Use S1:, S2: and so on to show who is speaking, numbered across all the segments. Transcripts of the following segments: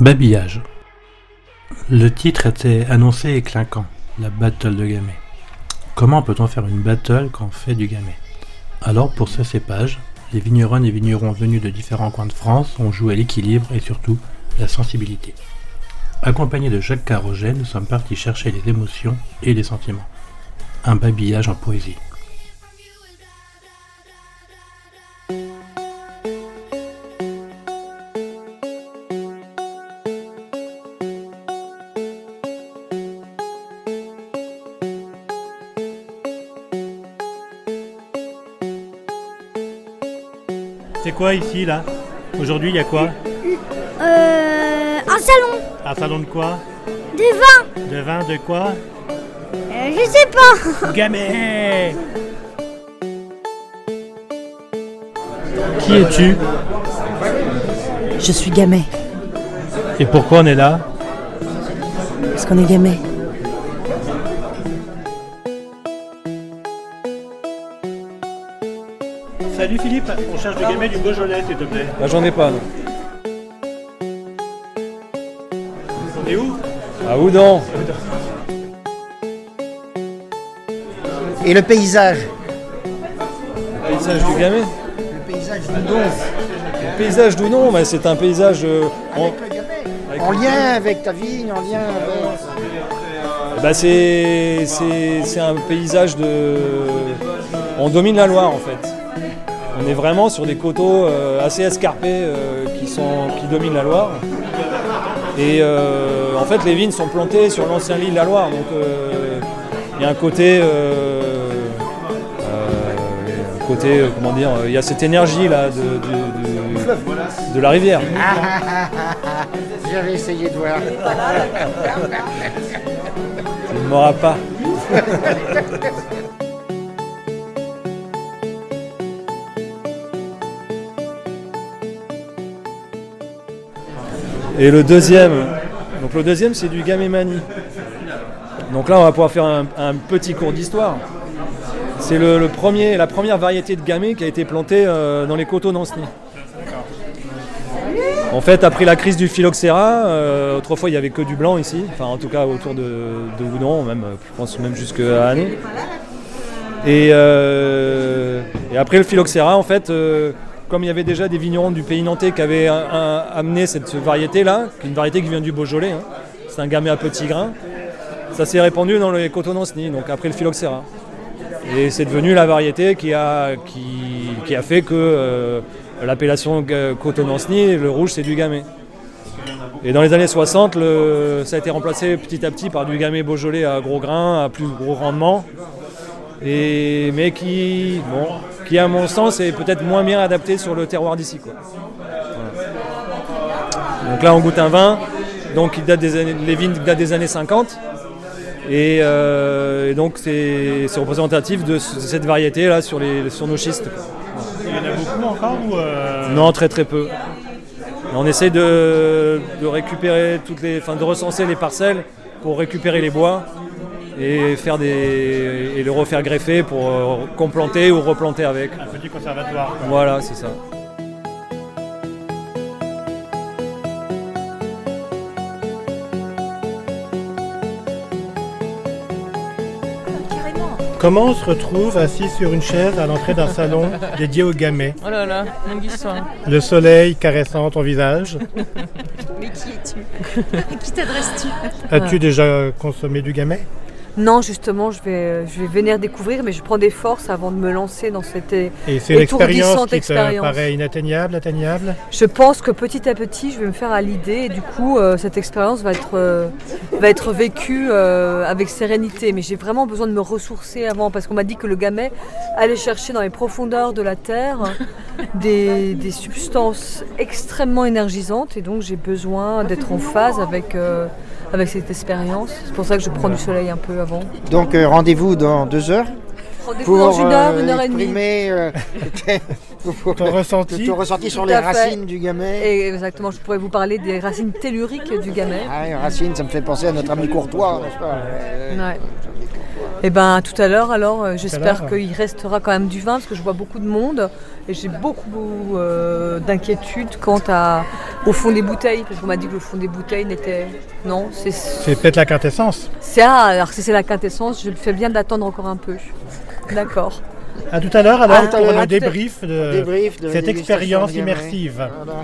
S1: Babillage. Le titre était annoncé et clinquant, la battle de Gamay. Comment peut-on faire une battle quand on fait du Gamay Alors pour ce cépage, les vigneronnes et vignerons venus de différents coins de France ont joué à l'équilibre et surtout la sensibilité. Accompagnés de Jacques Carroget, nous sommes partis chercher les émotions et les sentiments. Un babillage en poésie.
S2: C'est quoi ici là Aujourd'hui il y a quoi
S3: Euh, un salon
S2: Un salon de quoi
S3: de vin.
S2: De vin de quoi
S3: Euh, je sais pas.
S2: Gamay Qui es-tu
S4: Je suis gamet,
S2: Et pourquoi on est là
S4: parce qu'on est gamet.
S2: Salut Philippe, on cherche du gamay du Beaujolais s'il te plaît.
S5: Bah, j'en ai pas. non.
S2: On est où
S5: Ah ou non
S6: Et le paysage
S5: Paysage du Gamay Ah,
S6: Le paysage du Don,
S5: Paysage du non, mais c'est un paysage euh, en-
S6: en lien avec ta vigne, en lien avec...
S5: bah, c'est, c'est, c'est un paysage de on domine la Loire en fait. On est vraiment sur des coteaux euh, assez escarpés euh, qui sont qui dominent la Loire. Et euh, en fait les vignes sont plantées sur l'ancien lit de la Loire donc euh, il y a un côté euh, euh, côté euh, comment dire euh, il y a cette énergie là de, de- de- de la rivière.
S6: J'avais essayé de voir.
S5: Tu ne m'auras pas. Et le deuxième, donc le deuxième c'est du Gamémani. Donc là on va pouvoir faire un, un petit cours d'histoire. C'est le, le premier, la première variété de gamay qui a été plantée euh, dans les coteaux d'Ancenis. En fait, après la crise du phylloxéra, euh, autrefois il n'y avait que du blanc ici, enfin en tout cas autour de, de Houdan, même, euh, je pense même jusqu'à Année. Et, euh, et après le phylloxéra, en fait, euh, comme il y avait déjà des vignerons du pays nantais qui avaient un- un- amené cette variété-là, qui est une variété qui vient du Beaujolais, hein, c'est un gamay à petits grains, ça s'est répandu dans les coteaux d'Ancenis, donc après le phylloxéra. Et c'est devenu la variété qui a, qui, qui a fait que euh, l'appellation ga- Cotonanceny, le rouge, c'est du gamay. Et dans les années 60, le- ça a été remplacé petit à petit par du gamay beaujolais à gros grains, à plus gros rendement, et, mais qui, bon, qui, à mon sens, est peut-être moins bien adapté sur le terroir d'ici. quoi. Voilà. Donc là, on goûte un vin donc, qui date des années, les vignes datent des années 50. Et, euh, et donc c'est c'est représentatif de ce- cette variété là sur, les, sur nos schistes. quoi.
S2: Il y en a beaucoup encore ou euh,
S5: Non, très très peu. Et on essaie de, de récupérer toutes les, enfin de recenser les parcelles pour récupérer les bois et faire des et le refaire greffer pour euh, complanter ou replanter avec.
S2: Un petit conservatoire. quoi.
S5: Voilà, c'est ça.
S2: Comment on se retrouve assis sur une chaise à l'entrée d'un salon dédié au gamay
S7: Oh là là, longue histoire.
S2: Le soleil caressant ton visage.
S8: Mais qui es-tu À qui t'adresses-tu
S2: As-tu
S7: Ah.
S2: déjà consommé du gamay
S9: Non, justement, je vais, je vais venir découvrir, mais je prends des forces avant de me lancer dans cette.
S2: Et c'est
S9: Étourdissante
S2: l'expérience qui te
S9: expérience.
S2: paraît inatteignable, atteignable
S9: Je pense que petit à petit, je vais me faire à l'idée, et du coup, euh, cette expérience va être, euh, va être vécue euh, avec sérénité. Mais j'ai vraiment besoin de me ressourcer avant, parce qu'on m'a dit que le gamet allait chercher dans les profondeurs de la terre des, des substances extrêmement énergisantes, et donc j'ai besoin d'être en phase avec. euh, avec cette expérience, c'est pour ça que je prends du soleil un peu avant.
S6: Donc euh, rendez-vous dans deux heures
S9: Rendez-vous dans une heure,
S6: euh,
S9: une heure et demie.
S6: exprimer, euh, pour-
S2: Ton
S6: de
S2: ressenti
S6: ton ressenti sur
S9: Tout
S6: les
S9: à fait.
S6: racines du gamay.
S9: Et exactement, je pourrais vous parler des racines telluriques du gamet.
S6: Ah, les racines, ça me fait penser à notre ami Courtois, n'est-ce pas Euh,
S9: Ouais. Eh ben tout à l'heure alors, euh, j'espère
S2: l'heure.
S9: qu'il restera quand même du vin parce que je vois beaucoup de monde et j'ai beaucoup euh, d'inquiétude quant à, au fond des bouteilles parce qu'on m'a dit que le fond des bouteilles n'était... Non, c'est...
S2: C'est peut-être la quintessence.
S9: c'est- ah, alors si c'est la quintessence, je le fais bien d'attendre encore un peu. D'accord. euh,
S2: À tout à l'heure, alors,
S9: À tout à
S2: pour
S9: l'heure.
S2: le
S7: Ah,
S2: débrief de
S6: Débrief de la
S2: Euh, cette
S6: dégustation
S2: expérience
S6: de Gamay.
S2: immersive.
S6: Voilà.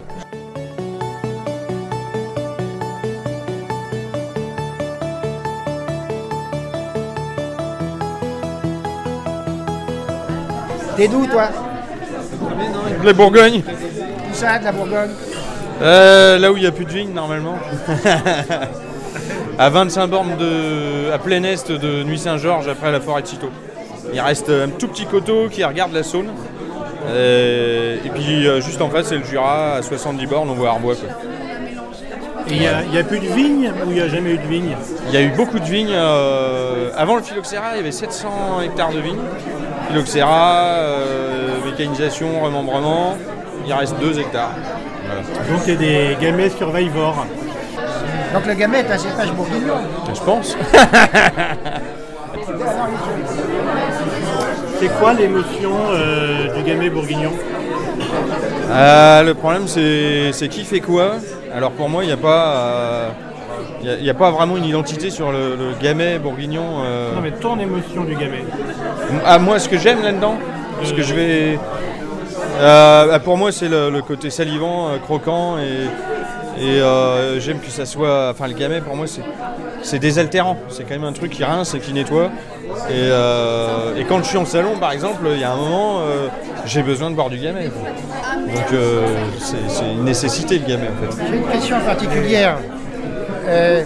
S6: T'es d'où toi
S10: La Bourgogne
S6: Tout ça, de la Bourgogne
S10: Euh, là où il n'y a plus de vignes normalement. à 25 bornes de. à plein est de Nuit-Saint-Georges après la forêt de Citeaux. Il reste un tout petit coteau qui regarde la Saône. Euh, et puis euh, juste en face c'est le Jura à 70 bornes on voit Arbois. quoi.
S2: Et Il n'y a, il y a plus de vigne ou il n'y a jamais eu de vigne
S10: Il y a eu beaucoup de vignes. euh, avant le phylloxéra, il y avait 700 hectares de vignes. Phylloxéra, euh, mécanisation, remembrement. Il reste 2 hectares.
S2: Donc c'est des gamets survivors.
S6: Donc le gamet est un cépage bourguignon.
S10: Je pense.
S2: C'est quoi l'émotion euh, du gamet bourguignon
S10: Euh, le problème, c'est c'est qui fait quoi. Alors pour moi, il n'y a pas. euh, il y a- il n'y a, pas vraiment une identité sur le, le gamet bourguignon. euh.
S2: Non mais ton émotion du gamet.
S10: Ah, moi, ce que j'aime là-dedans, ce que je vais. euh, bah, pour moi, c'est le, le côté salivant, euh, croquant, et, et, euh, j'aime que ça soit. Enfin, le gamet, pour moi, c'est- c'est désaltérant. C'est quand même un truc qui rince et qui nettoie. Et, euh, et quand je suis en salon, par exemple, il y a un moment, euh, j'ai besoin de boire du gamet. quoi. Donc, euh, c'est c'est une nécessité, le gamet, en fait.
S6: J'ai une question particulière. Euh,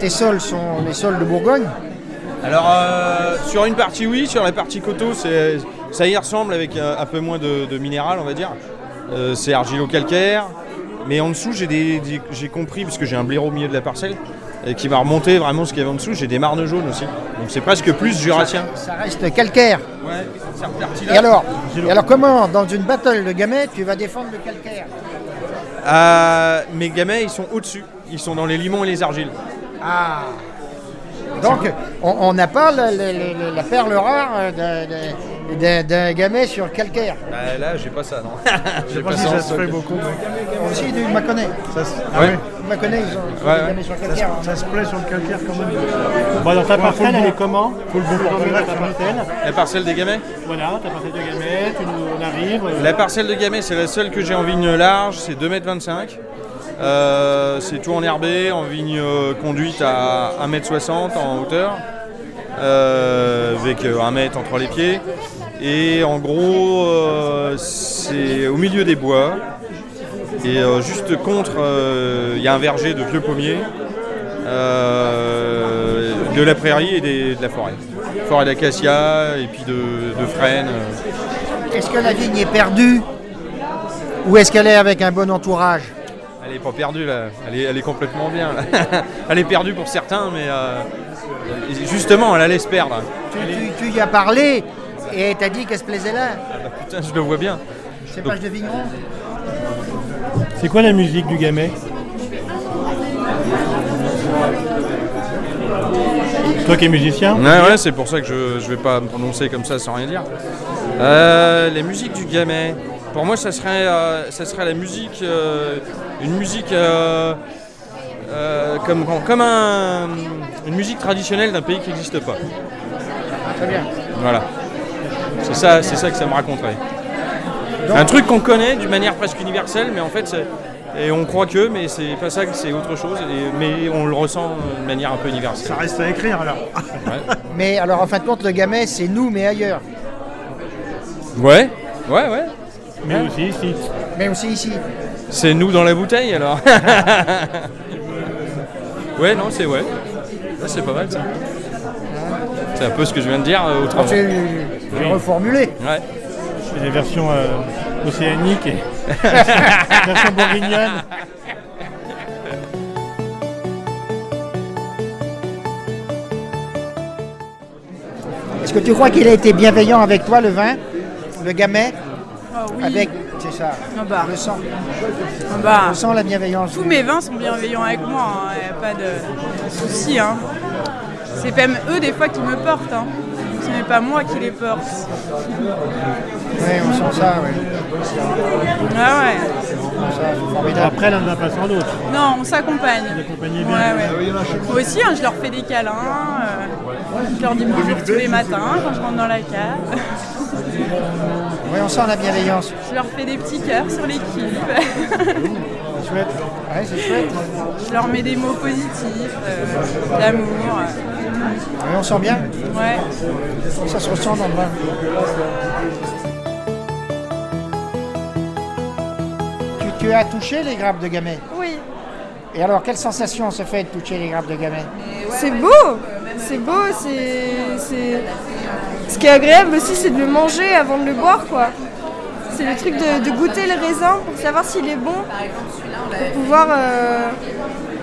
S6: tes sols sont les sols de Bourgogne
S10: Alors euh, sur une partie oui, sur la partie coteau c'est- ça y ressemble avec un, un peu moins de, de minéral on va dire. Euh, c'est argilo-calcaire. Mais en dessous j'ai des- des- j'ai compris parce que j'ai un blaireau au milieu de la parcelle et qui m'a remonté vraiment ce qu'il y avait en dessous, j'ai des marnes jaunes aussi. Donc c'est presque plus jurassien.
S6: Ça reste calcaire.
S10: Ouais, cette partie-là.
S6: Et alors, et alors comment, dans une battle de gamets, tu vas défendre le calcaire
S10: Euh, Mes gamets ils sont au-dessus, ils sont dans les limons et les argiles.
S6: Ah Donc, on on n'a pas le- le- le- la perle rare d'un de, de- d'un gamet sur calcaire.
S2: Ah.
S10: Bah, là j'ai pas ça non. j'ai
S2: Je pense que ça se fait beaucoup.
S6: Aussi, du Mâconnais.
S2: Ça se,
S10: Ouais.
S6: Mâconnais, ils ont ils ont
S10: Ouais,
S6: des
S10: ouais.
S6: gamets sur calcaire.
S2: ça se plaît sur le calcaire quand même. Bon, alors ta parcelle, elle est comment Faut le bon ta parcelle.
S10: La parcelle des gamets
S2: Voilà, ta parcelle de gamets, tu nous, on arrive. euh,
S10: La parcelle de Gamay, c'est la seule que j'ai en vigne large, c'est 2m25. Euh, c'est tout en herbé, en vigne euh, conduite à 1m60 en hauteur, euh, avec 1m entre les pieds. Et en gros, euh, c'est au milieu des bois. Et euh, juste contre, euh, il y a un verger de vieux pommiers, euh, de la prairie et des- de la forêt. Forêt d'acacia et puis de, de frêne.
S6: Est-ce que la vigne est perdue ou est-ce qu'elle est avec un bon entourage
S10: Elle est pas perdue là, elle est, elle est complètement bien. là. elle est perdue pour certains, mais euh, justement, elle allait se perdre.
S6: tu, tu- tu y as parlé et t'as dit qu'elle se plaisait là.
S10: Ah bah putain, je le vois bien.
S6: C'est pas de vigneron
S2: C'est quoi la musique du gamet Toi qui es musicien
S10: Ouais, ouais, c'est pour ça que je, je vais pas me prononcer comme ça sans rien dire. Euh, les musiques du gamet. Pour moi, ça serait, euh, ça serait la musique, euh, une musique euh, euh, comme, comme un- une musique traditionnelle d'un pays qui n'existe pas.
S6: Très bien.
S10: Voilà. C'est ça, c'est ça que ça me raconterait. Un truc qu'on connaît d'une manière presque universelle, mais en fait, c'est- et on croit que, mais c'est pas ça, que c'est autre chose. et- mais on le ressent euh, de manière un peu universelle.
S2: reste à écrire alors.
S6: Mais alors en fin de compte, le gamet, c'est nous mais ailleurs.
S10: Ouais, ouais, ouais.
S2: Mais aussi ici.
S6: Mais aussi ici.
S10: C'est nous dans la bouteille alors. ouais, non, c'est ouais. Ouais, c'est pas mal ça. C'est un peu ce que je viens de dire euh,
S2: Ah.
S10: autrement.
S6: J'ai reformulé.
S10: Ouais.
S2: C'est des versions euh, océaniques et versions bourguignonnes.
S6: Est-ce que tu crois qu'il a été bienveillant avec toi, le vin, le gamet
S11: Ah oui.
S6: Avec, c'est ça,
S11: Ah bah.
S6: le sang.
S11: Ah bah,
S6: Le sang, la bienveillance.
S11: tous mes vins sont bienveillants avec moi, il n'y a pas de souci. Hein. C'est même eux des fois qui me portent. hein. pas moi qui les porte.
S6: Oui, on sent ça, oui.
S11: Ah ouais.
S6: On sent ça, c'est formidable.
S2: Après, l'un ne va pas sans l'autre.
S11: Non, on s'accompagne.
S2: Accompagné bien.
S11: Ouais, ouais. Moi aussi, hein, je leur fais des câlins. euh, je leur dis bonjour tous les matins quand je rentre dans la cave.
S6: Oui, on sent la bienveillance.
S11: Je leur fais des petits cœurs sur l'équipe.
S6: C'est chouette. Ah Oui, c'est chouette.
S11: Je leur mets des mots positifs, euh, d'amour.
S6: Oui, on sent bien.
S11: euh, Ouais.
S6: Ça se ressent dans le vin. Tu, tu as touché les grappes de gamay
S12: Oui.
S6: Et alors, quelle sensation se fait de toucher les grappes de gamay
S12: C'est beau, c'est beau, c'est. c'est- Ce qui est agréable aussi, c'est de le manger avant de le boire, quoi. C'est le truc de, de goûter le raisin pour savoir s'il est bon, pour pouvoir, euh,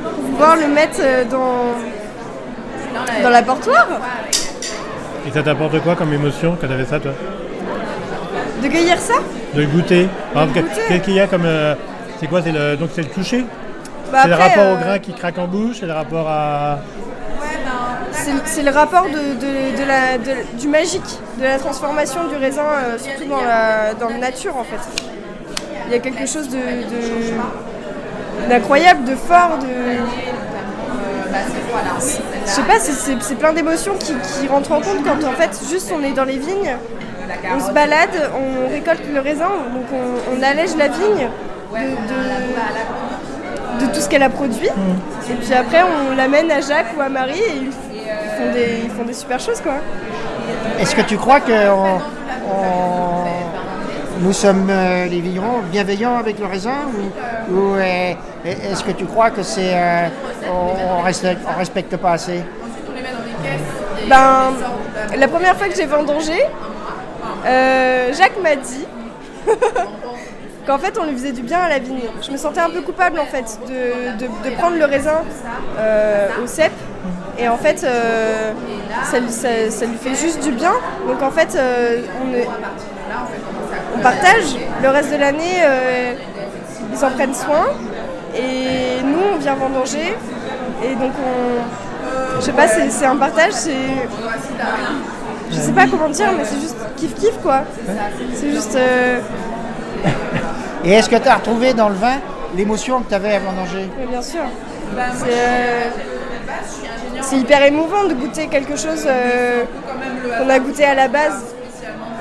S12: pour pouvoir le mettre euh, dans, dans l'apportoir.
S2: Et ça t'apporte quoi comme émotion quand t'avais ça, toi
S12: De cueillir ça
S2: De le goûter. Par exemple,
S12: goûter.
S2: Qu'est-ce qu'il y a comme. euh, c'est quoi c'est le, Donc, c'est le toucher
S12: Bah,
S2: C'est le
S12: après,
S2: rapport
S12: euh,
S2: au grain qui craque en bouche C'est le rapport à.
S12: C'est c'est le rapport de, de- de la, de- du magique, de la transformation du raisin, euh, surtout dans la, dans la nature en fait. Il y a quelque chose de- de- d'incroyable, de, fort, de. C'est- Je sais pas, c'est- c'est c'est plein d'émotions qui, qui rentrent en compte quand en fait juste on est dans les vignes, on se balade, on récolte le raisin, donc on, on allège la vigne de- de, de tout ce qu'elle a produit. Et puis après, on l'amène à Jacques ou à Marie et ils, ils font, des, ils font des super choses quoi.
S6: Est-ce que tu crois que on- on- nous sommes euh, les vignerons bienveillants avec le raisin Ou, ou, euh, est-ce que tu crois que c'est. euh, on, on respecte, on respecte pas assez
S12: Ben, la première fois que j'ai vendangé, euh, Jacques m'a dit qu'en fait on lui faisait du bien à la vigne. Je me sentais un peu coupable en fait de, de- de prendre le raisin euh, au cep. Et en fait, euh, ça, lui- ça- ça lui fait juste du bien. Donc en fait, euh, on, est- on partage. Le reste de l'année, euh, ils en prennent soin. Et nous, on vient vendanger. Et donc on, je sais pas, c'est c'est un partage, c'est. Je sais pas comment dire, mais c'est juste kiff-kiff quoi. C'est juste. euh,
S6: Et est-ce que tu as retrouvé dans le vin l'émotion que tu avais avant danger
S12: mais bien sûr. C'est. euh, C'est hyper émouvant de goûter quelque chose euh, qu'on a goûté à la base,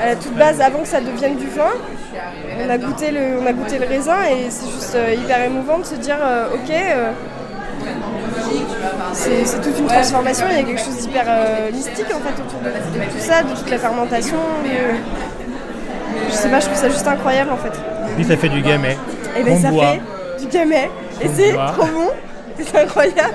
S12: à la toute base, avant que ça devienne du vin. On a goûté le, on a goûté le raisin et c'est juste euh, hyper émouvant de se dire euh, ok, euh, c'est c'est toute une transformation, il y a quelque chose d'hyper euh, mystique en fait autour de, de tout ça, de toute la fermentation. de- Je sais pas, je trouve ça juste incroyable en fait.
S2: Puis ça fait du gamay.
S12: Et
S2: On
S12: ben ça
S2: boit.
S12: fait du gamay et c'est
S2: boit.
S12: trop bon, et c'est incroyable.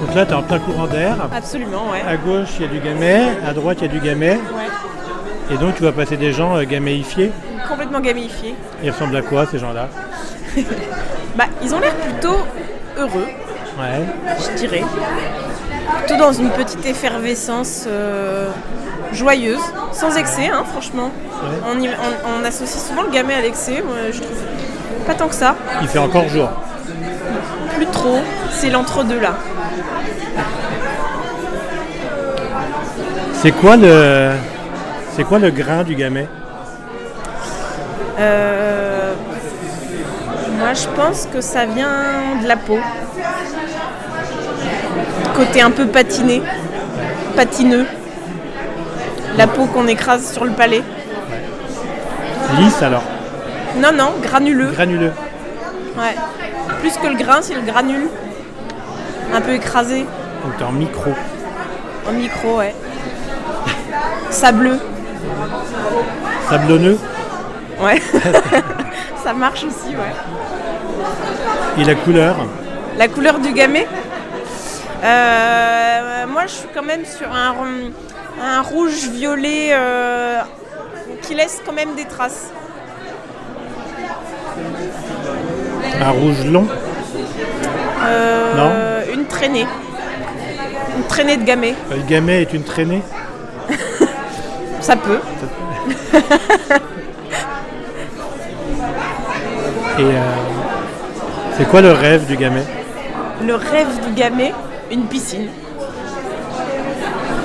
S2: Donc là, t'es en plein courant d'air.
S11: Absolument, ouais.
S2: À gauche, il y a du gamay. À droite, il y a du gamay. Et donc, tu vas passer des gens euh, gaméifiés.
S11: Complètement gamifié.
S2: Ils ressemblent à quoi, ces gens-là
S11: Bah, ils ont l'air plutôt heureux,
S2: Ouais.
S11: je dirais. Plutôt dans une petite effervescence euh, joyeuse, sans excès, hein, franchement. On, y- on- on associe souvent le gamet à l'excès, moi, je trouve. Pas tant que ça,
S2: Il fait encore jour.
S11: plus trop. C'est l'entre-deux là.
S2: C'est quoi le. C'est quoi le grain du gamay
S11: Euh, moi, je pense que ça vient de la peau. Côté un peu patiné, patineux. La peau qu'on écrase sur le palais.
S2: Lisse alors
S11: Non, non, granuleux.
S2: Granuleux.
S11: Ouais. Plus que le grain, c'est le granule. Un peu écrasé
S2: Donc t'es en micro.
S11: en micro, ouais. Sableux,
S2: Sablonneux.
S11: ouais. ça marche aussi, ouais.
S2: Et la couleur
S11: La couleur du gamet Euh, Moi, je suis quand même sur un, rhum- un rouge violet euh, qui laisse quand même des traces.
S2: Un rouge long.
S11: Euh, Une traînée. Une traînée de gamet,
S2: Euh, Le gamay est une traînée.
S11: ça peut.
S2: Et euh, C'est quoi le rêve du gamet
S11: Le rêve du gamet, une piscine.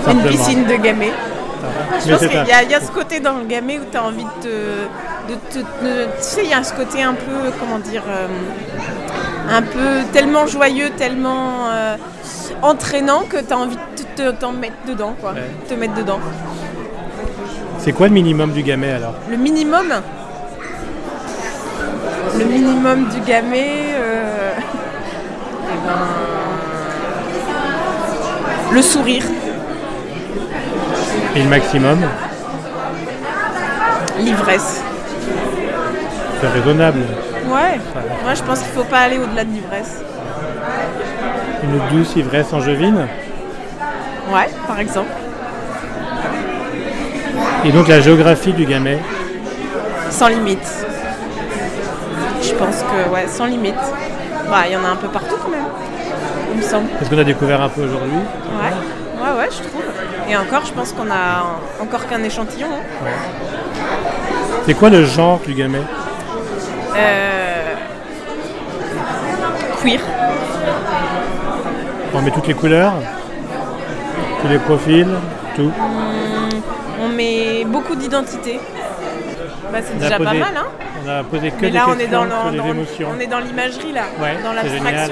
S2: Simplement.
S11: Une piscine de gamet. Je
S2: Mais
S11: pense
S2: c'est
S11: qu'il y,
S2: un-
S11: a- il y a ce côté dans le gamet où tu as envie de te. de te- de- tu sais, il y a ce côté un peu, comment dire, euh, un peu tellement joyeux, tellement euh, entraînant que tu as envie de te- t'en mettre dedans, quoi. Te mettre dedans.
S2: C'est quoi le minimum du gamet alors
S11: Le minimum Le minimum du gamet. euh, eh ben, Le sourire,
S2: Et le maximum
S11: l'ivresse.
S2: C'est raisonnable.
S11: Ouais, moi je pense qu'il faut pas aller au-delà de l'ivresse.
S2: Une douce ivresse angevine.
S11: Ouais, par exemple.
S2: Et donc la géographie du gamet.
S11: Sans limite. Je pense que, ouais, sans limite. Bah, il y en a un peu partout quand même, il me semble.
S2: Est-ce qu'on a découvert un peu aujourd'hui
S11: Ouais, ouais, ouais, je trouve. Et encore, je pense qu'on a encore qu'un échantillon. hein.
S2: C'est quoi le genre du gamet
S11: Euh... Queer.
S2: On met toutes les couleurs, tous les profils, tout.
S11: Hum, On met beaucoup d'identité. Bah, c'est
S2: On a
S11: déjà pas
S2: posé-
S11: mal, hein
S2: On a posé que
S11: Mais
S2: des
S11: là, on est
S2: questions
S11: dans, le-
S2: sur les
S11: dans le-
S2: émotions.
S11: on est dans l'imagerie, là,
S2: Ouais,
S11: dans
S2: c'est
S11: l'abstraction.
S2: génial.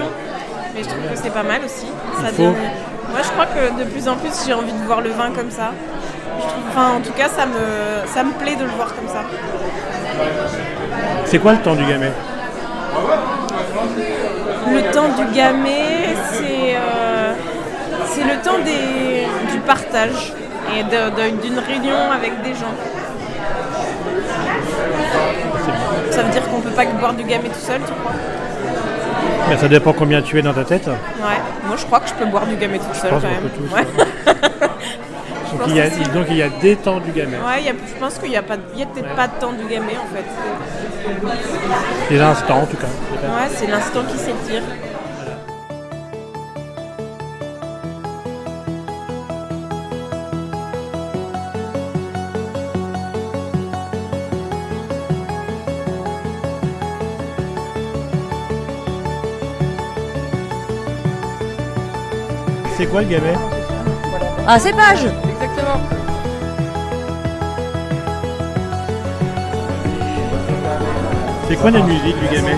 S11: Mais je trouve que c'est pas mal aussi.
S2: Il
S11: Ça
S2: faut.
S11: donne- Moi, je crois que de plus en plus, j'ai envie de voir le vin comme ça. Je trouve... Enfin, en tout cas, ça me... ça me plaît de le voir comme ça.
S2: C'est quoi le temps du gamet
S11: Le temps du gamet, c'est euh, c'est le temps des, du partage et de- de- d'une réunion avec des gens. Ça veut dire qu'on peut pas que boire du gamet tout seul, tu crois
S2: Ben, Ça dépend combien tu es dans ta tête.
S11: Ouais, moi je crois que je peux boire du gamet tout seul
S2: pense
S11: quand
S2: qu'on
S11: même.
S2: peut tous,
S11: Ouais. Je
S2: Donc
S11: pense
S2: il, y a,
S11: que si.
S2: donc il y a des temps du gamet.
S11: Ouais, il y a- je pense qu'il n'y a, pas- il y a peut-être pas de temps du gamet en fait.
S2: Des instants en tout cas.
S11: Ouais, c'est l'instant qui s'étire.
S2: C'est quoi le gamet
S4: Un cépage
S11: Exactement.
S2: C'est quoi la musique du gamet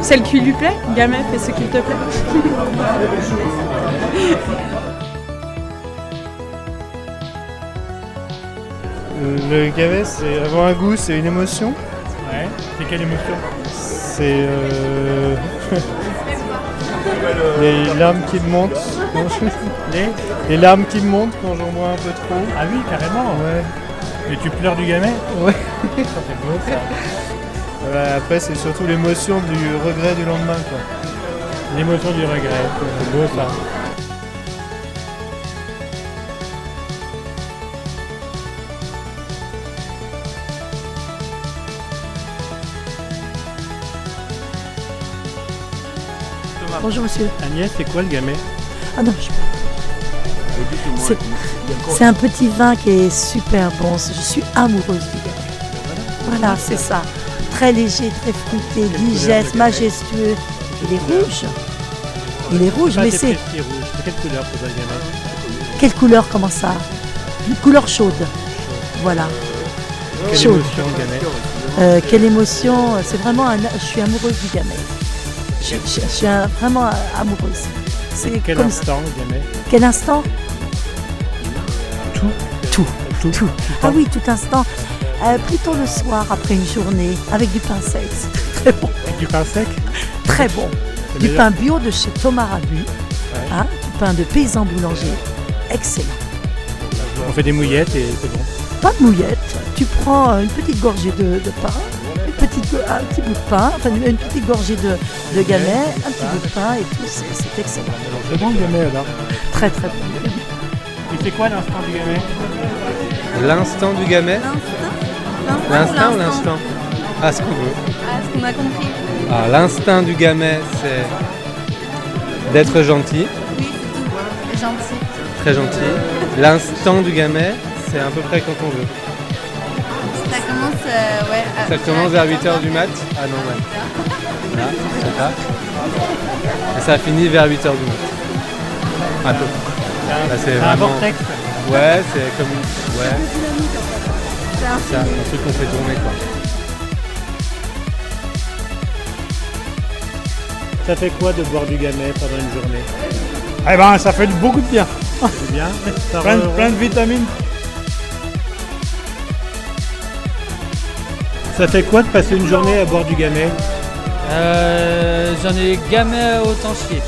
S11: Celle qui lui plaît, gamet, fais ce qu'il te plaît.
S10: Le gavet, c'est avant un goût, c'est une émotion.
S2: Ouais. C'est quelle émotion
S10: C'est. euh, les larmes qui me montent. Non, je-
S2: Les
S10: les larmes qui me montent quand j'en bois un peu trop.
S2: Ah oui, carrément
S10: Ouais.
S2: Et tu pleures du gamet
S10: Ouais.
S2: C'est beau ça.
S10: Voilà, après, c'est surtout l'émotion du regret du lendemain. quoi.
S2: L'émotion du regret. C'est beau ça.
S4: Bonjour, monsieur.
S2: Agnès, c'est quoi le gamet
S4: Ah non, je... c'est... c'est un petit vin qui est super bon. Je suis amoureuse du gamet. Voilà, c'est ça. Très léger, très fruité, digeste, majestueux. Il est rouge. Il est rouge,
S2: Pas
S4: mais
S2: des
S4: c'est
S2: petits rouges. C'est quelle couleur pour toi le gamet
S4: quelle couleur comment ça Une couleur chaude. Voilà.
S2: Quelle
S4: Chaude.
S2: émotion le gamet
S4: Euh, quelle émotion C'est vraiment un... Je suis amoureuse du gamet. Je, je- je suis un- vraiment euh, amoureuse. C'est
S2: Quel
S4: comme-
S2: instant le gamet
S4: Quel instant
S2: Tout.
S4: Tout. Tout. Ah oui, tout instant. Euh, plutôt le soir après une journée avec du pain sec. C'est très bon.
S2: Avec du pain sec
S4: Très bon.
S2: C'est
S4: Du
S2: meilleur.
S4: pain bio de chez Thomas Rabu. Hein, du pain de paysan boulanger. Excellent.
S2: On fait des mouillettes et c'est bon.
S4: Pas de mouillette. Tu prends euh, une petite gorgée de, de pain, une petite, go- un petit bout de pain, enfin une petite gorgée de, de gamay, un petit bout de pain et tout. C'est c'est excellent.
S2: C'est bon le gamet alors
S4: Très très bon.
S2: Et c'est quoi l'instant du gamet
S7: L'instant du gamet L'instinct ou l'instant Ah, ce qu'on veut.
S13: Ah, ce qu'on a compris.
S7: Ah, l'instinct du gamet, c'est d'être gentil,
S13: Gentil.
S7: très gentil. L'instant du gamet, c'est à peu près quand on veut.
S13: Ça commence
S14: euh, ouais. à-
S7: Ça commence vers 8h du mat. Ah non, ouais. Là, ça tape. Et ça finit vers 8h du mat. Un peu. Là, c'est
S2: Ah, un
S7: vraiment...
S2: vortex.
S7: Ouais, c'est comme une... Ouais. C'est un truc qu'on fait tourner, quoi.
S2: Ça fait quoi de boire du gamay pendant une journée
S15: Eh ben, ça fait beaucoup de bien.
S2: C'est bien Ça
S15: plein, de-
S2: re-
S15: plein de vitamines.
S2: Ça fait quoi de passer une journée à boire du gamay
S16: Euh, J'en ai gamin autant chier.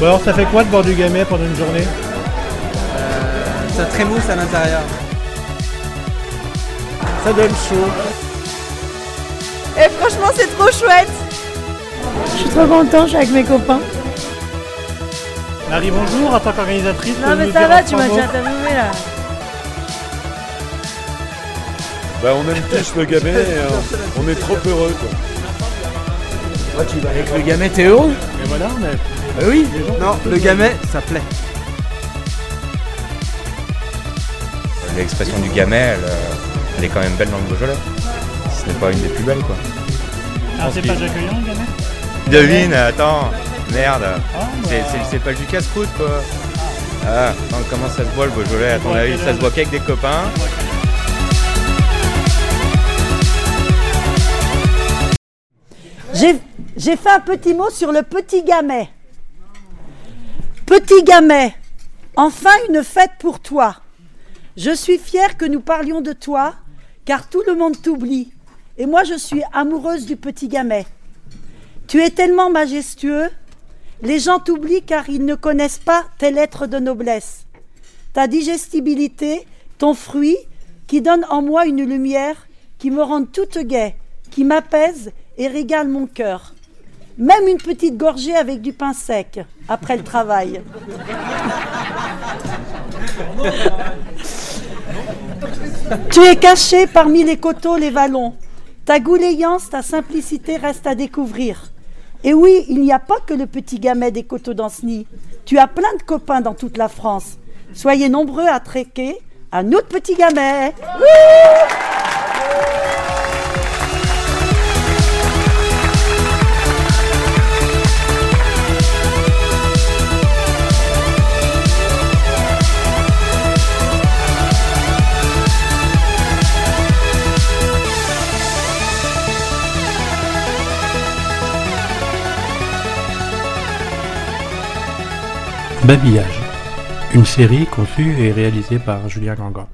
S2: Bon alors ça fait quoi de boire du gamay pendant une journée
S7: Ça trémousse à l'intérieur.
S2: Ça donne chaud.
S11: Eh,
S13: Et franchement, c'est trop chouette.
S9: Je suis trop content, je suis avec mes copains.
S2: Marie, bonjour, en tant qu'organisatrice.
S9: Non, mais ça va, tu m'as déjà interviewé là.
S17: Bah, on aime tous le gamet, et, euh, on est trop heureux quoi.
S7: tu vas avec le gamet, t'es heureux
S2: Mais voilà, on a-
S7: oui Non, le gamet, ça plaît.
S10: L'expression du gamet, elle, euh, elle est quand même belle dans le Beaujolais. Ce n'est pas une des plus belles, quoi.
S2: Ah, c'est pas accueillant, le gamet
S10: Devine, attends, merde. C'est-
S2: bah.
S10: c'est- C'est pas du casse-croûte, quoi. Ah, attends, comment ça se boit le Beaujolais À ton
S2: boit à
S10: avis,
S2: quelle
S10: ça se
S2: heure
S10: boit qu'avec des copains.
S4: J'ai j'ai fait un petit mot sur le petit gamet. Petit gamet, enfin une fête pour toi. Je suis fière que nous parlions de toi, car tout le monde t'oublie. Et moi, je suis amoureuse du petit gamet. Tu es tellement majestueux, les gens t'oublient car ils ne connaissent pas tes lettres de noblesse. Ta digestibilité, ton fruit, qui donne en moi une lumière, qui me rend toute gaie, qui m'apaise et régale mon cœur. Même une petite gorgée avec du pain sec, après le travail. Tu es caché parmi les coteaux, les vallons. Ta gouléance, ta simplicité reste à découvrir. Et oui, il n'y a pas que le petit gamet des coteaux d'Anceny. Tu as plein de copains dans toute la France. Soyez nombreux à tréquer un autre petit gamet. Wouh
S18: Babillage, une série conçue et réalisée par Julien Gangan.